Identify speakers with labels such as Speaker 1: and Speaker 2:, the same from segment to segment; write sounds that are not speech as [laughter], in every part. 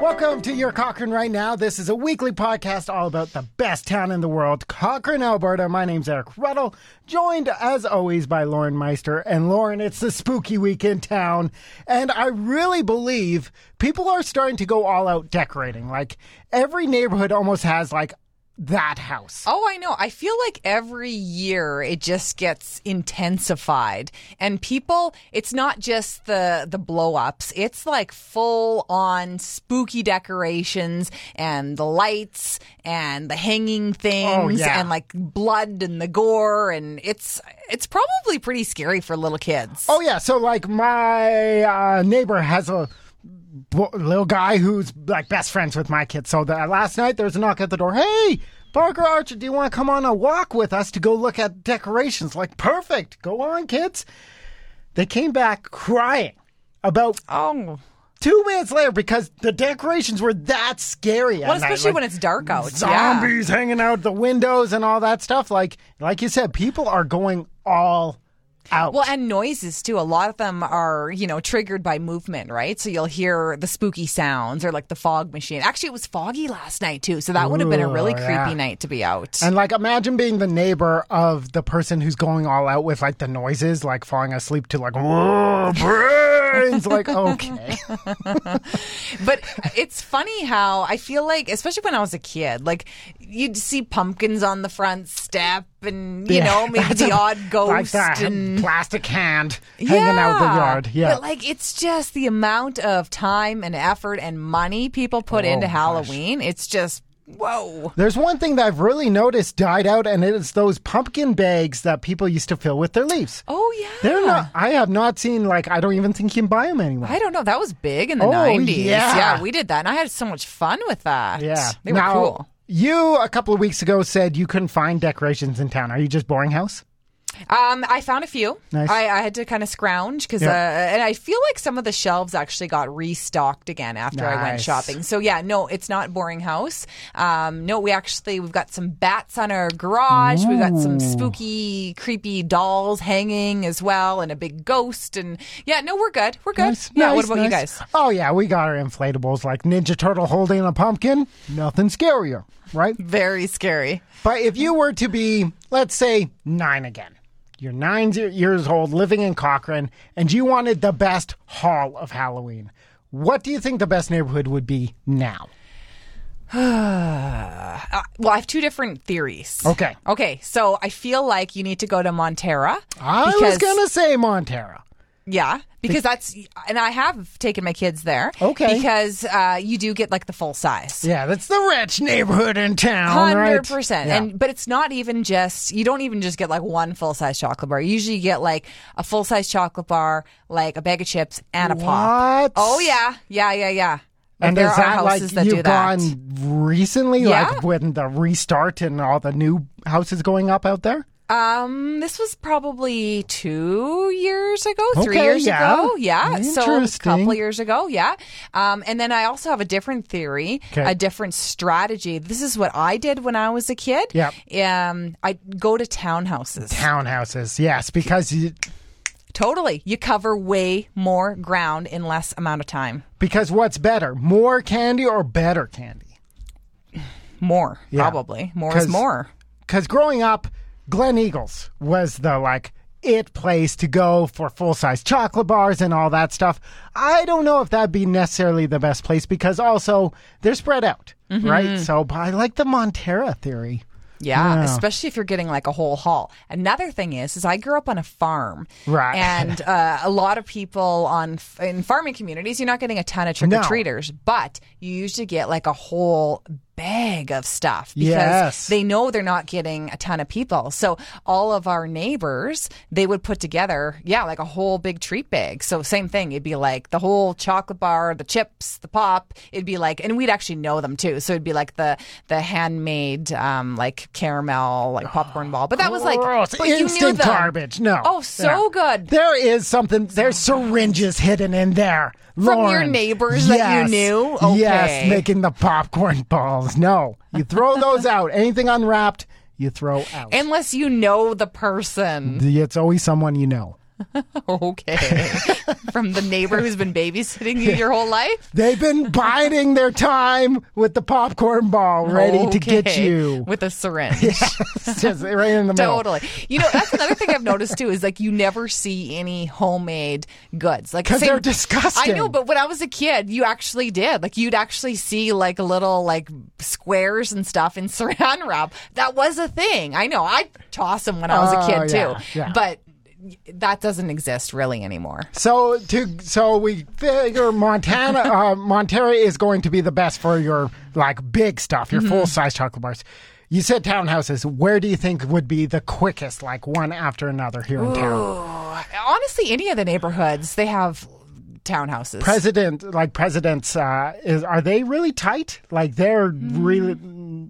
Speaker 1: Welcome to Your Cochrane Right Now. This is a weekly podcast all about the best town in the world, Cochrane, Alberta. My name's Eric Ruddle, joined as always by Lauren Meister. And Lauren, it's the spooky week in town. And I really believe people are starting to go all out decorating. Like every neighborhood almost has like that house.
Speaker 2: Oh, I know. I feel like every year it just gets intensified. And people, it's not just the the blow-ups. It's like full on spooky decorations and the lights and the hanging things
Speaker 1: Oh, yeah.
Speaker 2: and like blood and the gore and it's it's probably pretty scary for little kids.
Speaker 1: Oh yeah, so like my uh, neighbor has a bo- little guy who's like best friends with my kid. So the, last night there was a knock at the door. Hey, Parker Archer, do you want to come on a walk with us to go look at decorations? Like perfect, go on, kids. They came back crying about
Speaker 2: Oh.
Speaker 1: two minutes later because the decorations were that scary. at
Speaker 2: Well,
Speaker 1: night.
Speaker 2: especially
Speaker 1: Like,
Speaker 2: when it's dark out. Yeah.
Speaker 1: zombies hanging out the windows and all that stuff. Like like you said, people are going all out.
Speaker 2: Well, and noises too. A lot of them are, you know, triggered by movement, right? So you'll hear the spooky sounds or like the fog machine. Actually, it was foggy last night too, so that would have been a really
Speaker 1: Ooh,
Speaker 2: creepy
Speaker 1: yeah.
Speaker 2: night to be out.
Speaker 1: And like, imagine being the neighbor of the person who's going all out with like the noises, like falling asleep to like "Whoa, brains.
Speaker 2: [laughs]
Speaker 1: like, okay,
Speaker 2: but it's funny how I feel like, especially when I was a kid, like you'd see pumpkins on the front step, and you
Speaker 1: Yeah, [laughs]
Speaker 2: know, maybe
Speaker 1: that's
Speaker 2: the
Speaker 1: a-
Speaker 2: odd
Speaker 1: like
Speaker 2: ghost
Speaker 1: that
Speaker 2: and.
Speaker 1: plastic hand hanging out the yard. Yeah,
Speaker 2: But like it's just the amount of time and effort and money people put
Speaker 1: Oh,
Speaker 2: into
Speaker 1: my gosh.
Speaker 2: Halloween. It's just whoa.
Speaker 1: there's one thing that I've really noticed died out, and it is those pumpkin bags that people used to fill with their leaves.
Speaker 2: Oh yeah.
Speaker 1: They're not. I have not seen like. I don't even think you can buy them anymore.
Speaker 2: I don't know. That was big in the
Speaker 1: Oh,
Speaker 2: 90s.
Speaker 1: yeah.
Speaker 2: we did that. And I had so much fun with that.
Speaker 1: yeah,
Speaker 2: They were
Speaker 1: Now,
Speaker 2: cool.
Speaker 1: You a couple of weeks ago said you couldn't find decorations in town. Are you just boring house?
Speaker 2: Um, I found a few.
Speaker 1: Nice.
Speaker 2: I, I had to kind of scrounge because,
Speaker 1: Yeah.
Speaker 2: uh, and I feel like some of the shelves actually got restocked again after I went
Speaker 1: Nice.
Speaker 2: shopping. So yeah, no, it's not boring house. Um, no, we actually we've got some bats on our garage. We've got some spooky, creepy dolls hanging as well, and a big ghost. And yeah, no, we're good. We're good.
Speaker 1: Nice,
Speaker 2: yeah.
Speaker 1: nice,
Speaker 2: what about you
Speaker 1: nice.
Speaker 2: guys?
Speaker 1: Oh yeah, we got our inflatables like Ninja Turtle holding a pumpkin. Nothing scarier, right?
Speaker 2: Very scary.
Speaker 1: but if you were to be, let's say, nine again, you're nine ze- years old, living in Cochrane, and you wanted the best haul of Halloween, what do you think the best neighborhood would be now?
Speaker 2: Uh, well, I have two different theories.
Speaker 1: Okay.
Speaker 2: Okay. So I feel like you need to go to Montera.
Speaker 1: I was
Speaker 2: because-
Speaker 1: gonna say Montera.
Speaker 2: Yeah, because that's and I have taken my kids there.
Speaker 1: Okay.
Speaker 2: Because uh, you do get like the full size.
Speaker 1: Yeah, that's the rich neighborhood in town, right?
Speaker 2: Hundred percent,
Speaker 1: Yeah.
Speaker 2: and but it's not even just you don't even just get like one full size chocolate bar. You usually get like a full size chocolate bar, like a bag of chips and a pop.
Speaker 1: what?
Speaker 2: Oh yeah, yeah, yeah, yeah. Like,
Speaker 1: And
Speaker 2: there
Speaker 1: is
Speaker 2: are
Speaker 1: that like
Speaker 2: houses that do
Speaker 1: you've
Speaker 2: that.
Speaker 1: gone recently,
Speaker 2: Yeah.
Speaker 1: like when the restart and all the new houses going up out there?
Speaker 2: Um, this was probably two years ago, three
Speaker 1: Okay,
Speaker 2: years
Speaker 1: yeah.
Speaker 2: ago. Yeah. So a couple
Speaker 1: Interesting.
Speaker 2: years ago. Yeah. Um, and then I also have a different theory,
Speaker 1: Okay.
Speaker 2: a different strategy. This is what I did when I was a kid.
Speaker 1: Yep.
Speaker 2: Um, I go to townhouses.
Speaker 1: Townhouses, yes, because you,
Speaker 2: totally. You cover way more ground in less amount of time.
Speaker 1: because what's better, more candy or better candy?
Speaker 2: More,
Speaker 1: Yeah.
Speaker 2: probably. More is
Speaker 1: 'Cause-
Speaker 2: more.
Speaker 1: Because growing up, Glen Eagles was the like it place to go for full size chocolate bars and all that stuff. I don't know if that'd be necessarily the best place because also they're spread out, right? So, but I like the Montera theory.
Speaker 2: Yeah,
Speaker 1: Yeah.
Speaker 2: especially if you're getting like a whole haul. Another thing is, is I grew up on a farm,
Speaker 1: Right. [laughs]
Speaker 2: And uh, a lot of people on in farming communities, you're not getting a ton of trick or treaters, but you usually get like a whole bag of stuff because
Speaker 1: Yes.
Speaker 2: they know they're not getting a ton of people. So all of our neighbors, they would put together, yeah, like a whole big treat bag. So same thing, it'd be like the whole chocolate bar, the chips, the pop. It'd be like, and we'd actually know them too. So it'd be like the the handmade, um, like caramel, like popcorn ball. But that was like
Speaker 1: Gross.
Speaker 2: but you
Speaker 1: instant
Speaker 2: knew them.
Speaker 1: garbage. No.
Speaker 2: Oh, so
Speaker 1: Yeah.
Speaker 2: good.
Speaker 1: There is something. There's syringes hidden in there.
Speaker 2: From your
Speaker 1: Lauren.
Speaker 2: neighbors that you
Speaker 1: Yes.
Speaker 2: knew?
Speaker 1: Yes,
Speaker 2: Okay.
Speaker 1: making the popcorn balls. No, you throw those out. Anything unwrapped, you throw out.
Speaker 2: Unless you know the person. [laughs]
Speaker 1: it's always someone you know. [laughs]
Speaker 2: okay. From the neighbor who's been babysitting you your whole life?
Speaker 1: They've
Speaker 2: [laughs]
Speaker 1: been biding their time with the popcorn ball ready to get
Speaker 2: Okay. [laughs]
Speaker 1: you.
Speaker 2: With
Speaker 1: [laughs]
Speaker 2: a syringe.
Speaker 1: It's just right in the middle.
Speaker 2: Totally. You know, that's another thing I've noticed too is like you never see any homemade goods. Like
Speaker 1: 'Cause
Speaker 2: same-
Speaker 1: they're disgusting.
Speaker 2: I know, but when I was a kid, you actually did. Like you'd actually see like little like squares and stuff in [laughs] saran wrap. That was a thing. I know. I tossed them when I was a
Speaker 1: Oh,
Speaker 2: kid
Speaker 1: yeah,
Speaker 2: too.
Speaker 1: yeah.
Speaker 2: But that doesn't exist really anymore.
Speaker 1: So to so we figure Montana uh, Montana is going to be the best for your like big stuff,
Speaker 2: Mm-hmm.
Speaker 1: your full size chocolate bars. You said townhouses. Where do you think would be the quickest, like one after another here in town?
Speaker 2: Honestly, any of the neighborhoods, they have townhouses.
Speaker 1: President, like presidents, uh, is are they really tight? Like they're really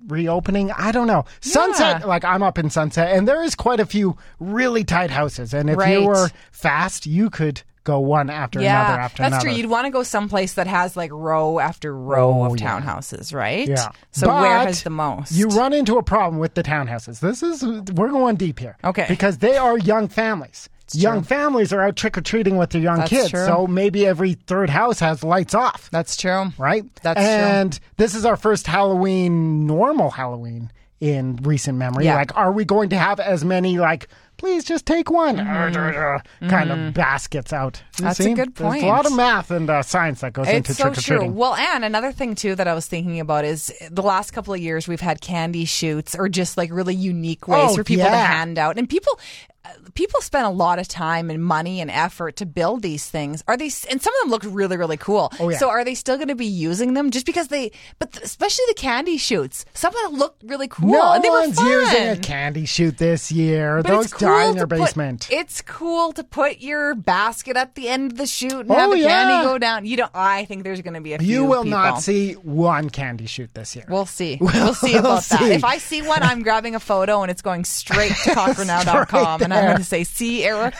Speaker 1: reopening? I don't know. Sunset,
Speaker 2: Mm. Yeah.
Speaker 1: like I'm up in Sunset, and there is quite a few really tight houses. And if
Speaker 2: Right.
Speaker 1: you were fast, you could go one after
Speaker 2: yeah,
Speaker 1: another after
Speaker 2: that's
Speaker 1: another.
Speaker 2: true. You'd want to go someplace that has like row after row
Speaker 1: Oh,
Speaker 2: of
Speaker 1: yeah.
Speaker 2: townhouses, right?
Speaker 1: Yeah.
Speaker 2: So where
Speaker 1: But
Speaker 2: has the most?
Speaker 1: You run into a problem with the townhouses. This is we're going deep here.
Speaker 2: Okay.
Speaker 1: Because they are young families. young families are out trick or treating with their young
Speaker 2: That's
Speaker 1: kids.
Speaker 2: true.
Speaker 1: So maybe every third house has lights off,
Speaker 2: That's true.
Speaker 1: right?
Speaker 2: That's true.
Speaker 1: and this is our first Halloween, normal Halloween in recent memory.
Speaker 2: Yeah.
Speaker 1: Like, are we going to have as many like? Please just take one kind of baskets out. You
Speaker 2: Mm-hmm. That's a
Speaker 1: see?
Speaker 2: good
Speaker 1: There's a
Speaker 2: point.
Speaker 1: lot of math and uh, science that goes into
Speaker 2: It's so
Speaker 1: trick or
Speaker 2: true.
Speaker 1: treating.
Speaker 2: Well, and another thing too that I was thinking about is the last couple of years we've had candy shoots or just like really unique ways
Speaker 1: Oh,
Speaker 2: for people to
Speaker 1: yeah.
Speaker 2: hand out, and people uh, people spend a lot of time and money and effort to build these things. Are these and some of them look really really cool.
Speaker 1: Oh, yeah.
Speaker 2: So are they still going to be using them just because they? But th- especially the candy shoots, some of them looked really cool
Speaker 1: No
Speaker 2: and they were
Speaker 1: one's
Speaker 2: fun.
Speaker 1: using a candy shoot this year.
Speaker 2: But
Speaker 1: Those
Speaker 2: it's cool
Speaker 1: die in their
Speaker 2: to put-
Speaker 1: basement.
Speaker 2: it's cool to put your basket at the end of the shoot and
Speaker 1: Oh,
Speaker 2: have the
Speaker 1: yeah.
Speaker 2: candy go down. You don't. I think there's going to be a few.
Speaker 1: you will
Speaker 2: people.
Speaker 1: not see one candy shoot this year. [laughs]
Speaker 2: We'll [laughs] see. We'll see about
Speaker 1: see.
Speaker 2: that. If I see one, I'm grabbing a photo and it's
Speaker 1: [laughs]
Speaker 2: going straight to cockronow.com and I'm
Speaker 1: there.
Speaker 2: going to say, see, Eric?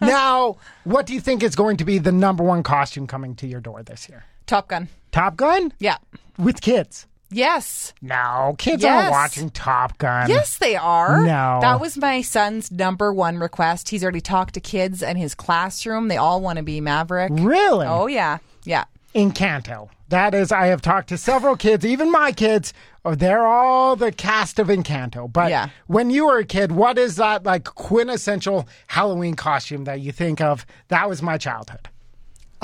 Speaker 1: now, what do you think is going to be the number one costume coming to your door this year?
Speaker 2: Top Gun.
Speaker 1: Top Gun?
Speaker 2: Yeah.
Speaker 1: With kids.
Speaker 2: Yes.
Speaker 1: No, kids aren't
Speaker 2: Yes.
Speaker 1: watching Top Gun.
Speaker 2: Yes, they are.
Speaker 1: No.
Speaker 2: That was my son's number one request. He's already talked to kids in his classroom. They all want to be Maverick.
Speaker 1: Really?
Speaker 2: Oh, yeah. Yeah.
Speaker 1: Encanto. That is, I have talked to several kids, even my kids. Oh, they're all the cast of Encanto. But
Speaker 2: Yeah.
Speaker 1: when you were a kid, what is that like quintessential Halloween costume that you think of? That was my childhood.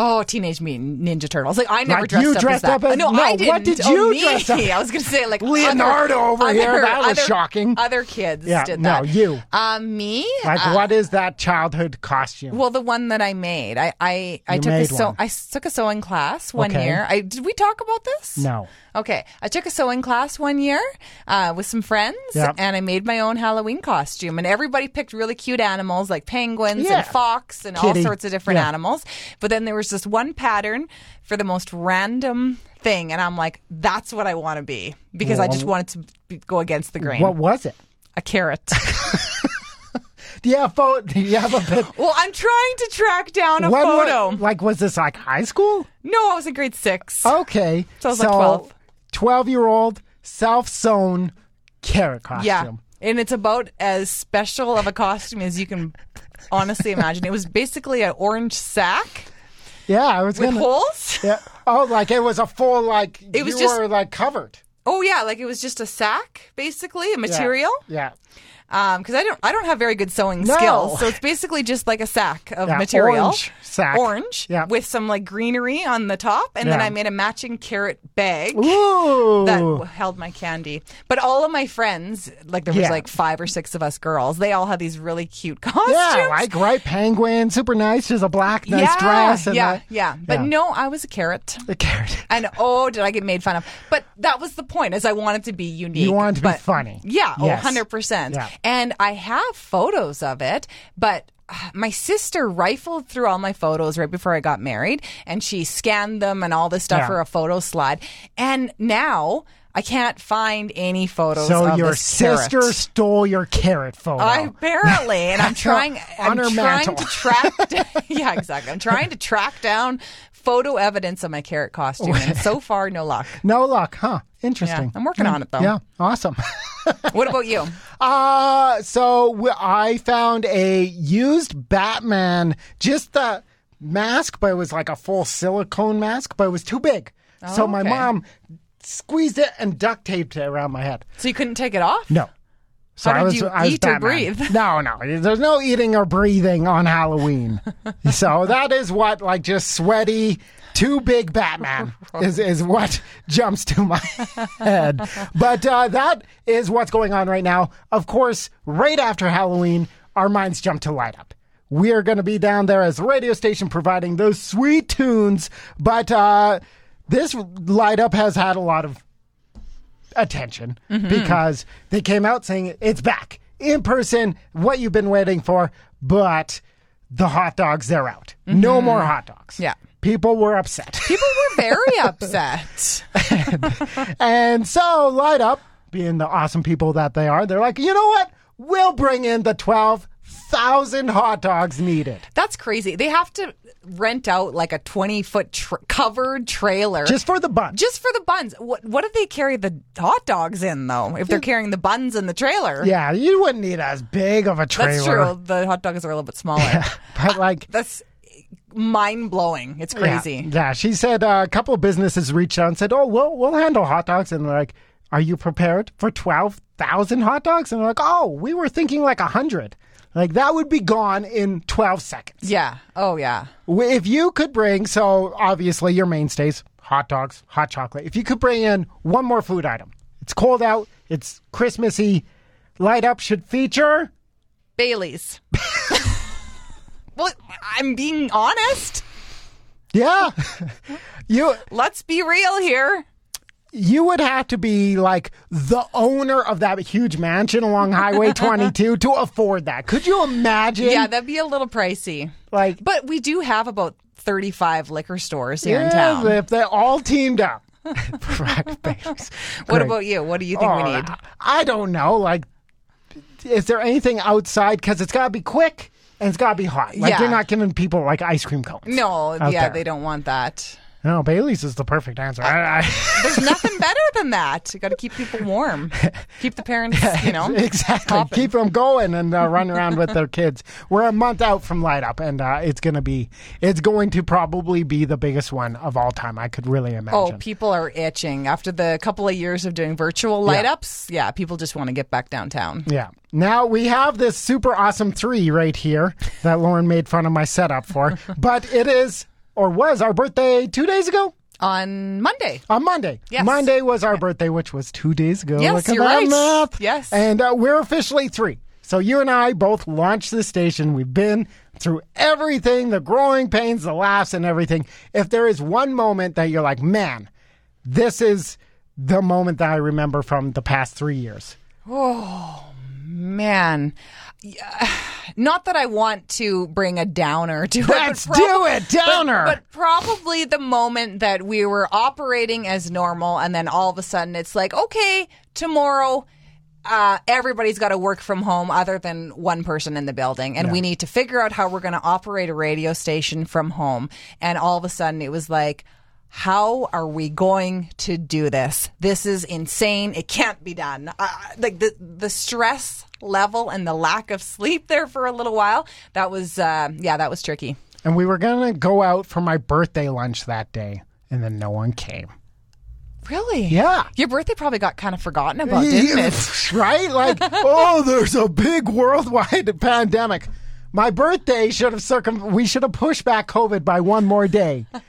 Speaker 2: Oh, Teenage Mutant Ninja Turtles. Like, I never
Speaker 1: Like,
Speaker 2: dressed
Speaker 1: you
Speaker 2: up as
Speaker 1: dressed
Speaker 2: that.
Speaker 1: up as-
Speaker 2: no,
Speaker 1: no,
Speaker 2: I
Speaker 1: what
Speaker 2: didn't.
Speaker 1: did
Speaker 2: Oh,
Speaker 1: you
Speaker 2: me.
Speaker 1: dress up as?
Speaker 2: [laughs] I was going to say, like,
Speaker 1: Leonardo
Speaker 2: other-
Speaker 1: over here.
Speaker 2: other-
Speaker 1: That was
Speaker 2: other-
Speaker 1: shocking.
Speaker 2: Other kids
Speaker 1: Yeah,
Speaker 2: did
Speaker 1: no,
Speaker 2: that.
Speaker 1: you.
Speaker 2: Uh, me?
Speaker 1: Like, what is that childhood costume?
Speaker 2: Well, the one that I made, I I, I
Speaker 1: You
Speaker 2: took a
Speaker 1: made
Speaker 2: sew,
Speaker 1: one.
Speaker 2: I s- took a sewing class one
Speaker 1: Okay.
Speaker 2: year. I did we talk about this?
Speaker 1: No.
Speaker 2: Okay, I took a sewing class one year uh, with some friends,
Speaker 1: Yep.
Speaker 2: and I made my own Halloween costume. And everybody picked really cute animals like penguins
Speaker 1: Yeah.
Speaker 2: and fox and
Speaker 1: Kitty.
Speaker 2: all sorts of different
Speaker 1: Yeah.
Speaker 2: animals. But then there was this one pattern for the most random thing, and I'm like, that's what I want to be because I just wanted to be, go against the grain.
Speaker 1: what was it?
Speaker 2: a carrot. [laughs]
Speaker 1: Do you have photo? Do you have a pic?
Speaker 2: well, I'm trying to track down a
Speaker 1: When wa-
Speaker 2: photo.
Speaker 1: like, was this like high school?
Speaker 2: No, I was in grade six.
Speaker 1: Okay.
Speaker 2: So I was like 12.
Speaker 1: 12 year old self sewn carrot costume.
Speaker 2: yeah. And it's about as special of a costume as you can honestly imagine. It was basically an orange sack
Speaker 1: Yeah, I was
Speaker 2: with
Speaker 1: gonna.
Speaker 2: holes.
Speaker 1: Yeah. Oh, like it was a full like
Speaker 2: It was
Speaker 1: you
Speaker 2: just-
Speaker 1: were like covered
Speaker 2: Oh yeah, like it was just a sack, basically a material.
Speaker 1: Yeah.
Speaker 2: Um, because I don't, I don't have very good sewing
Speaker 1: No.
Speaker 2: skills, so it's basically just like a sack of
Speaker 1: Yeah,
Speaker 2: material,
Speaker 1: orange sack.
Speaker 2: orange,
Speaker 1: Yeah.
Speaker 2: with some like greenery on the top, and then
Speaker 1: Yeah.
Speaker 2: I made a matching carrot bag.
Speaker 1: yeah. Ooh.
Speaker 2: that w- held my candy. But all of my friends, like there was
Speaker 1: Yeah.
Speaker 2: like five or six of us girls, they all had these really cute costumes.
Speaker 1: yeah, like right penguin, super nice, just a black nice
Speaker 2: yeah,
Speaker 1: dress and
Speaker 2: yeah,
Speaker 1: that-
Speaker 2: yeah. But
Speaker 1: yeah.
Speaker 2: no, I was a carrot.
Speaker 1: the carrot.
Speaker 2: And oh, did I get made fun of? But that was the point, is I wanted to be unique.
Speaker 1: You wanted to be
Speaker 2: but-
Speaker 1: funny.
Speaker 2: Yeah, oh,
Speaker 1: Yes.
Speaker 2: 100%.
Speaker 1: Yeah.
Speaker 2: And I have photos of it, but uh, my sister rifled through all my photos right before I got married and she scanned them and all this stuff
Speaker 1: Yeah.
Speaker 2: for a photo slide. And now I can't find any photos.
Speaker 1: So
Speaker 2: of
Speaker 1: your
Speaker 2: this carrot.
Speaker 1: sister stole your carrot photo.
Speaker 2: I apparently, and
Speaker 1: [laughs]
Speaker 2: I'm trying.
Speaker 1: On
Speaker 2: I'm
Speaker 1: her
Speaker 2: trying
Speaker 1: mantle.
Speaker 2: to
Speaker 1: [laughs]
Speaker 2: track. [laughs] yeah, exactly. I'm trying to track down photo evidence of my carrot costume, and so far, no luck.
Speaker 1: no luck, huh? Interesting.
Speaker 2: Yeah, I'm working on it, though.
Speaker 1: Mm, Yeah, awesome. [laughs]
Speaker 2: What about you?
Speaker 1: Uh, so w- I found a used Batman, just the mask, but it was like a full silicone mask, but it was too big. so my
Speaker 2: okay.
Speaker 1: mom squeezed it and duct taped it around my head.
Speaker 2: So you couldn't take it off?
Speaker 1: No. So
Speaker 2: How
Speaker 1: I
Speaker 2: did
Speaker 1: was,
Speaker 2: you
Speaker 1: I was
Speaker 2: eat or
Speaker 1: Batman.
Speaker 2: breathe?
Speaker 1: No, no. There's no eating or breathing on
Speaker 2: [laughs]
Speaker 1: Halloween. so that is what, like, just sweaty, too big
Speaker 2: [laughs]
Speaker 1: Batman is, is what jumps to my head. But uh, that is what's going on right now. Of course, right after Halloween, our minds jump to light up. We are going to be down there as a radio station providing those sweet tunes. But uh, this light up has had a lot of attention
Speaker 2: Mm-hmm.
Speaker 1: because they came out saying it's back in person, what you've been waiting for, but the hot dogs, they're out. No more hot dogs.
Speaker 2: Mm-hmm. Yeah.
Speaker 1: People were upset.
Speaker 2: People were very upset.
Speaker 1: [laughs]
Speaker 2: [laughs]
Speaker 1: and so Light Up, being the awesome people that they are, they're like, you know what? We'll bring in the 12,000 hot dogs needed.
Speaker 2: That's crazy. They have to rent out like a 20 foot tr covered trailer.
Speaker 1: Just for the bunch.
Speaker 2: Just for the buns. What what if they carry the hot dogs in though? If they're carrying the buns in the trailer.
Speaker 1: yeah, you wouldn't need as big of a trailer.
Speaker 2: That's true. The hot dogs are a little bit smaller.
Speaker 1: But like,
Speaker 2: That's mind blowing. It's
Speaker 1: Yeah.
Speaker 2: crazy.
Speaker 1: Yeah, she said uh, a couple of businesses reached out and said, "Oh, we'll we'll handle hot dogs." And they're like, "Are you prepared for twelve thousand hot dogs?" And they're like, "Oh, we were thinking like a hundred. Like that would be gone in twelve seconds.
Speaker 2: Yeah. Oh yeah.
Speaker 1: W- If you could bring, so obviously your mainstays, hot dogs, hot chocolate. If you could bring in one more food item, it's cold out, it's Christmassy. Light up should feature."
Speaker 2: Bailey's. [laughs] well, I'm being honest.
Speaker 1: Yeah, [laughs] you
Speaker 2: Let's be real here.
Speaker 1: you would have to be like the owner of that huge mansion along
Speaker 2: [laughs]
Speaker 1: Highway 22 to afford that. Could you imagine?
Speaker 2: Yeah, that'd be a little pricey.
Speaker 1: like
Speaker 2: But we do have about 35 liquor stores here in
Speaker 1: yeah,
Speaker 2: town.
Speaker 1: if they all teamed
Speaker 2: [laughs]
Speaker 1: up. Fried babies.
Speaker 2: What
Speaker 1: Great.
Speaker 2: about you? What do you think we
Speaker 1: Oh,
Speaker 2: need?
Speaker 1: I don't know. Like, is there anything outside? Because it's got to be quick and it's got to be hot. Like,
Speaker 2: Yeah.
Speaker 1: you're not giving people like ice cream cones.
Speaker 2: No,
Speaker 1: out
Speaker 2: yeah,
Speaker 1: there.
Speaker 2: they don't want that.
Speaker 1: No, Bailey's is the perfect answer. I, I,
Speaker 2: There's nothing [laughs] better than that. You got to keep people warm. Keep
Speaker 1: [laughs]
Speaker 2: the parents, you know.
Speaker 1: exactly.
Speaker 2: Poppin'.
Speaker 1: Keep them going and uh, run around with their kids. We're a month out from Light Up, and uh, it's gonna be it's going to probably be the biggest one of all time. I could really
Speaker 2: Oh,
Speaker 1: imagine.
Speaker 2: people are itching after the couple of years of doing virtual light ups. Yeah, people just want to get back downtown.
Speaker 1: yeah. Now we have this super awesome three right here that Lauren made fun of my setup for, but it is or was our birthday two days ago.
Speaker 2: On Monday,
Speaker 1: On Monday.
Speaker 2: Yes.
Speaker 1: Monday was our birthday, which was two days ago.
Speaker 2: Yes,
Speaker 1: Look at
Speaker 2: you're
Speaker 1: that
Speaker 2: right.
Speaker 1: math.
Speaker 2: Yes.
Speaker 1: And uh, we're officially three. So you and I both launched the station. We've been through everything the growing pains, the laughs, and everything. If there is one moment that you're like, man, this is the moment that I remember from the past three years.
Speaker 2: man. [sighs] Yeah. Not that I want to bring a downer to
Speaker 1: Let's
Speaker 2: it. but prob-
Speaker 1: do it, downer.
Speaker 2: But, but probably the moment that we were operating as normal, and then all of a sudden it's like, okay, tomorrow. Uh, everybody's got to work from home other than one person in the building and we need to figure out how we're going to operate a radio station from home and all of a sudden it was like how are we going to do this this is insane it can't be done uh, like the the stress level and the lack of sleep there for a little while that was uh, yeah that was tricky
Speaker 1: and we were going to go out for my birthday lunch that day, and then no one came.
Speaker 2: Really?
Speaker 1: Yeah.
Speaker 2: Your birthday probably got kind of
Speaker 1: [laughs]
Speaker 2: forgotten about, didn't Uh, it?
Speaker 1: Right? Like, oh, there's a big worldwide [laughs] pandemic. My birthday should have circum. We should have pushed back COVID by one more day.
Speaker 2: Was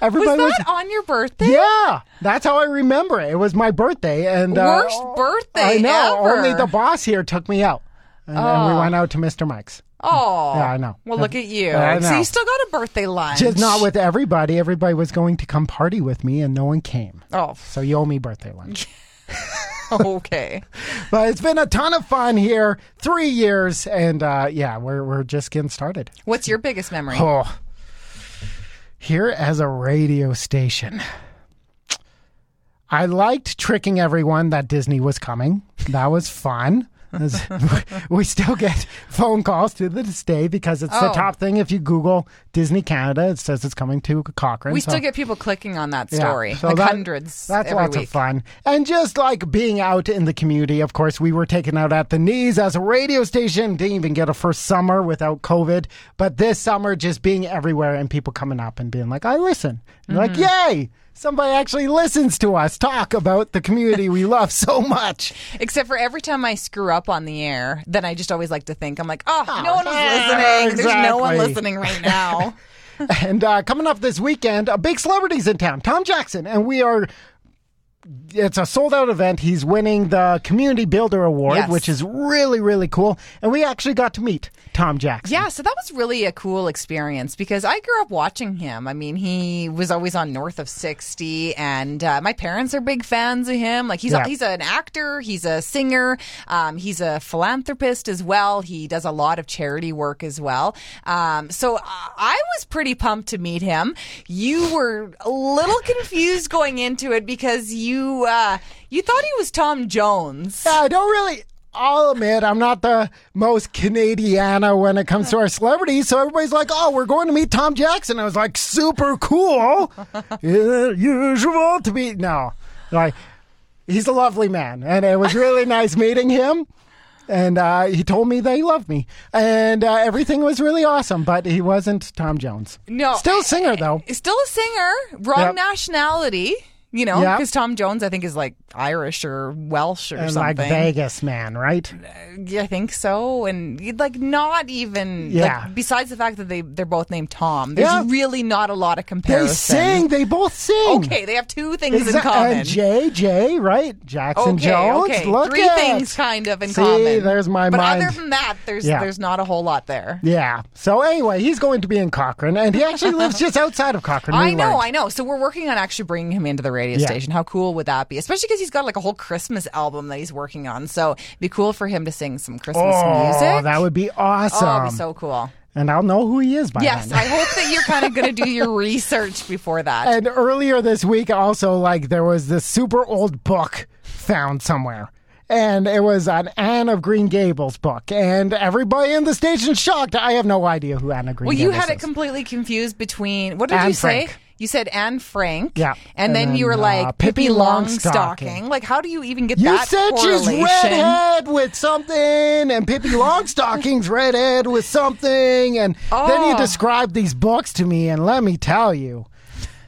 Speaker 1: Everybody was.
Speaker 2: that on your birthday?
Speaker 1: yeah, that's how I remember it. It was my birthday, and uh,
Speaker 2: Worst birthday
Speaker 1: I know.
Speaker 2: ever.
Speaker 1: Only the boss here took me out, and, and we went out to Mr. Mike's.
Speaker 2: Oh.
Speaker 1: Yeah, I know.
Speaker 2: Well, look at you.
Speaker 1: I know.
Speaker 2: So you still got a birthday lunch.
Speaker 1: Just not with everybody. Everybody was going to come party with me, and no one came.
Speaker 2: Oh, [laughs]
Speaker 1: So you owe me birthday lunch.
Speaker 2: okay.
Speaker 1: but it's been a ton of fun here. Three years, and uh, yeah, we're we're just getting started.
Speaker 2: What's your biggest memory?
Speaker 1: Oh, here as a radio station, I liked tricking everyone that Disney was coming. That was fun. As- [laughs] we still get phone calls to this day because it's the
Speaker 2: Oh.
Speaker 1: top thing. If you Google Disney Canada, it says it's coming to Cochrane.
Speaker 2: We
Speaker 1: so-
Speaker 2: still get people clicking on that
Speaker 1: yeah,
Speaker 2: story,
Speaker 1: so
Speaker 2: like
Speaker 1: that-
Speaker 2: hundreds.
Speaker 1: That's
Speaker 2: every
Speaker 1: lots
Speaker 2: week.
Speaker 1: of fun. And just like being out in the community, of course, we were taken out at the knees as a radio station. Didn't even get a first summer without COVID. But this summer, just being everywhere and people coming up and being like, I listen. And you're
Speaker 2: Mm-hmm.
Speaker 1: Like, yay! Somebody actually listens to us talk about the community we love so much.
Speaker 2: Except for every time I screw up on the air, then I just always like to think I'm like, oh, no one was
Speaker 1: yeah,
Speaker 2: listening. There's no one
Speaker 1: exactly.
Speaker 2: listening right
Speaker 1: [laughs]
Speaker 2: now.
Speaker 1: And uh, coming up this weekend, a big celebrity's in town, Tom Jackson, and we are. It's a sold out event. He's winning the Community Builder Award,
Speaker 2: Yes.
Speaker 1: which is really, really cool. And we actually got to meet Tom Jackson.
Speaker 2: Yeah, so that was really a cool experience because I grew up watching him. I mean, he was always on North of 60, and uh, my parents are big fans of him. Like, he's,
Speaker 1: Yeah.
Speaker 2: a, he's an actor, he's a singer, um, he's a philanthropist as well. He does a lot of charity work as well. Um, so uh, I was pretty pumped to meet him. You were a little confused going into it because you, uh, you thought he was Tom Jones.
Speaker 1: Yeah, I Uh, don't really. I'll admit, I'm not the most Canadiana when it comes to our celebrities. So everybody's like, oh, we're going to meet Tom Jackson. I was like, super
Speaker 2: [laughs]
Speaker 1: cool. Yeah, usual to be. No. Like, he's a lovely man. And it was
Speaker 2: [laughs]
Speaker 1: really nice meeting him. And uh, he told me that he loved me. And uh, everything was really awesome. But he wasn't Tom Jones.
Speaker 2: No.
Speaker 1: Still a singer, though.
Speaker 2: still a singer, wrong
Speaker 1: Yep.
Speaker 2: nationality. You know,
Speaker 1: Yep.
Speaker 2: because Tom Jones, I think, is like Irish or Welsh or
Speaker 1: And like
Speaker 2: something.
Speaker 1: Vegas, man, right?
Speaker 2: Yeah, I think so, and like not even.
Speaker 1: Yeah.
Speaker 2: Like, besides the fact that they they're both named Tom, there's
Speaker 1: Yeah.
Speaker 2: really not a lot of
Speaker 1: They
Speaker 2: comparison.
Speaker 1: sing. They both sing.
Speaker 2: Okay, they have two things in
Speaker 1: Exa-
Speaker 2: common.
Speaker 1: And JJ, uh, right? Jackson
Speaker 2: okay,
Speaker 1: Jones.
Speaker 2: okay,
Speaker 1: Look
Speaker 2: three
Speaker 1: at-
Speaker 2: things kind of in
Speaker 1: See,
Speaker 2: common.
Speaker 1: there's my
Speaker 2: but
Speaker 1: mind.
Speaker 2: other than that, there's
Speaker 1: Yeah.
Speaker 2: there's not a whole lot there.
Speaker 1: yeah. So anyway, he's going to be in Cochrane, and he actually lives just outside of Cochrane.
Speaker 2: I
Speaker 1: we
Speaker 2: know,
Speaker 1: learned.
Speaker 2: I know. So we're working on actually bringing him into the radio
Speaker 1: Yeah.
Speaker 2: station. How cool would that be? Especially because he's got like a whole Christmas album that he's working on. So it'd be cool for him to sing some Christmas
Speaker 1: oh,
Speaker 2: music.
Speaker 1: that would be
Speaker 2: oh,
Speaker 1: awesome.
Speaker 2: that'd be so cool.
Speaker 1: and I'll know who he is by
Speaker 2: Yes,
Speaker 1: then.
Speaker 2: I hope that you're kind of going to do your research
Speaker 1: [laughs]
Speaker 2: before that.
Speaker 1: and earlier this week, also like there was this super old book found somewhere. And it was an Anne of Green Gables book, and everybody in the station shocked. I have no idea who Anne of Green
Speaker 2: Well, you
Speaker 1: Gables
Speaker 2: had
Speaker 1: is.
Speaker 2: it completely confused between what did
Speaker 1: Anne
Speaker 2: you say?
Speaker 1: Frank.
Speaker 2: You said Anne Frank.
Speaker 1: Yeah. And
Speaker 2: And, then, you
Speaker 1: then,
Speaker 2: were like
Speaker 1: uh, Pippi
Speaker 2: Pippi
Speaker 1: Longstocking.
Speaker 2: Longstocking. Like, how do you even get
Speaker 1: You
Speaker 2: that?
Speaker 1: said she's
Speaker 2: correlation?
Speaker 1: redhead with something, and Pippi
Speaker 2: [laughs]
Speaker 1: Longstocking's redhead with something, and then you
Speaker 2: Oh.
Speaker 1: described these books to me, and let me tell you,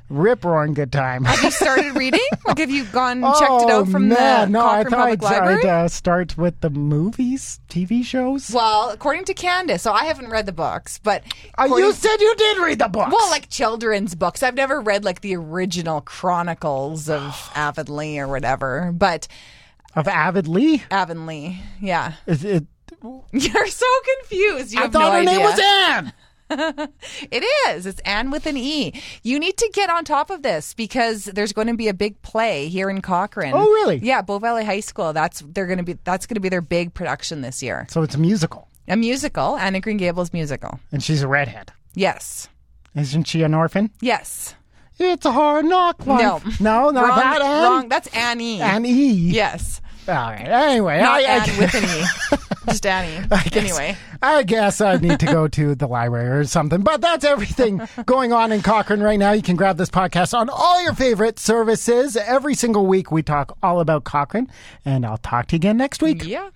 Speaker 1: rip roaring good time.
Speaker 2: Have you started reading? Like, have you
Speaker 1: [laughs]
Speaker 2: gone
Speaker 1: oh
Speaker 2: checked it out from
Speaker 1: man,
Speaker 2: the
Speaker 1: no! I
Speaker 2: Cochrane
Speaker 1: thought I'd,
Speaker 2: Public Library?
Speaker 1: I'd uh, start with the movies, TV shows.
Speaker 2: Well, according to Candace, so I haven't read the books, but
Speaker 1: Uh,
Speaker 2: according-
Speaker 1: you said you did read the books.
Speaker 2: well, like children's books. I've never read like the original
Speaker 1: [sighs]
Speaker 2: Chronicles of Avonlea or whatever, but
Speaker 1: of avidly.
Speaker 2: Avonlea, yeah. [laughs]
Speaker 1: Is it?
Speaker 2: You're so confused. You
Speaker 1: I
Speaker 2: have
Speaker 1: thought
Speaker 2: no
Speaker 1: her
Speaker 2: idea.
Speaker 1: name was Anne.
Speaker 2: It is. It's Anne with an E. You need to get on top of this because there's going to be a big play here in Cochrane.
Speaker 1: Oh, really?
Speaker 2: Yeah, Bow Valley High School. That's they're going to be. That's going to be their big production this year.
Speaker 1: So it's a musical,
Speaker 2: A musical, Anne of Green Gables musical.
Speaker 1: and she's a redhead.
Speaker 2: Yes.
Speaker 1: Isn't she an orphan?
Speaker 2: Yes.
Speaker 1: It's a hard knock life. no, not
Speaker 2: wrong,
Speaker 1: that Anne.
Speaker 2: Wrong. That's Annie.
Speaker 1: Annie. E.
Speaker 2: Yes.
Speaker 1: All right. Anyway,
Speaker 2: Not
Speaker 1: I,
Speaker 2: Anne
Speaker 1: I,
Speaker 2: with an E. Just Annie. Anyway.
Speaker 1: I guess I need to go to the library or something. But that's everything
Speaker 2: [laughs]
Speaker 1: going on in Cochrane right now. You can grab this podcast on all your favorite services. Every single week, we talk all about Cochrane, and I'll talk to you again next week.
Speaker 2: Yeah.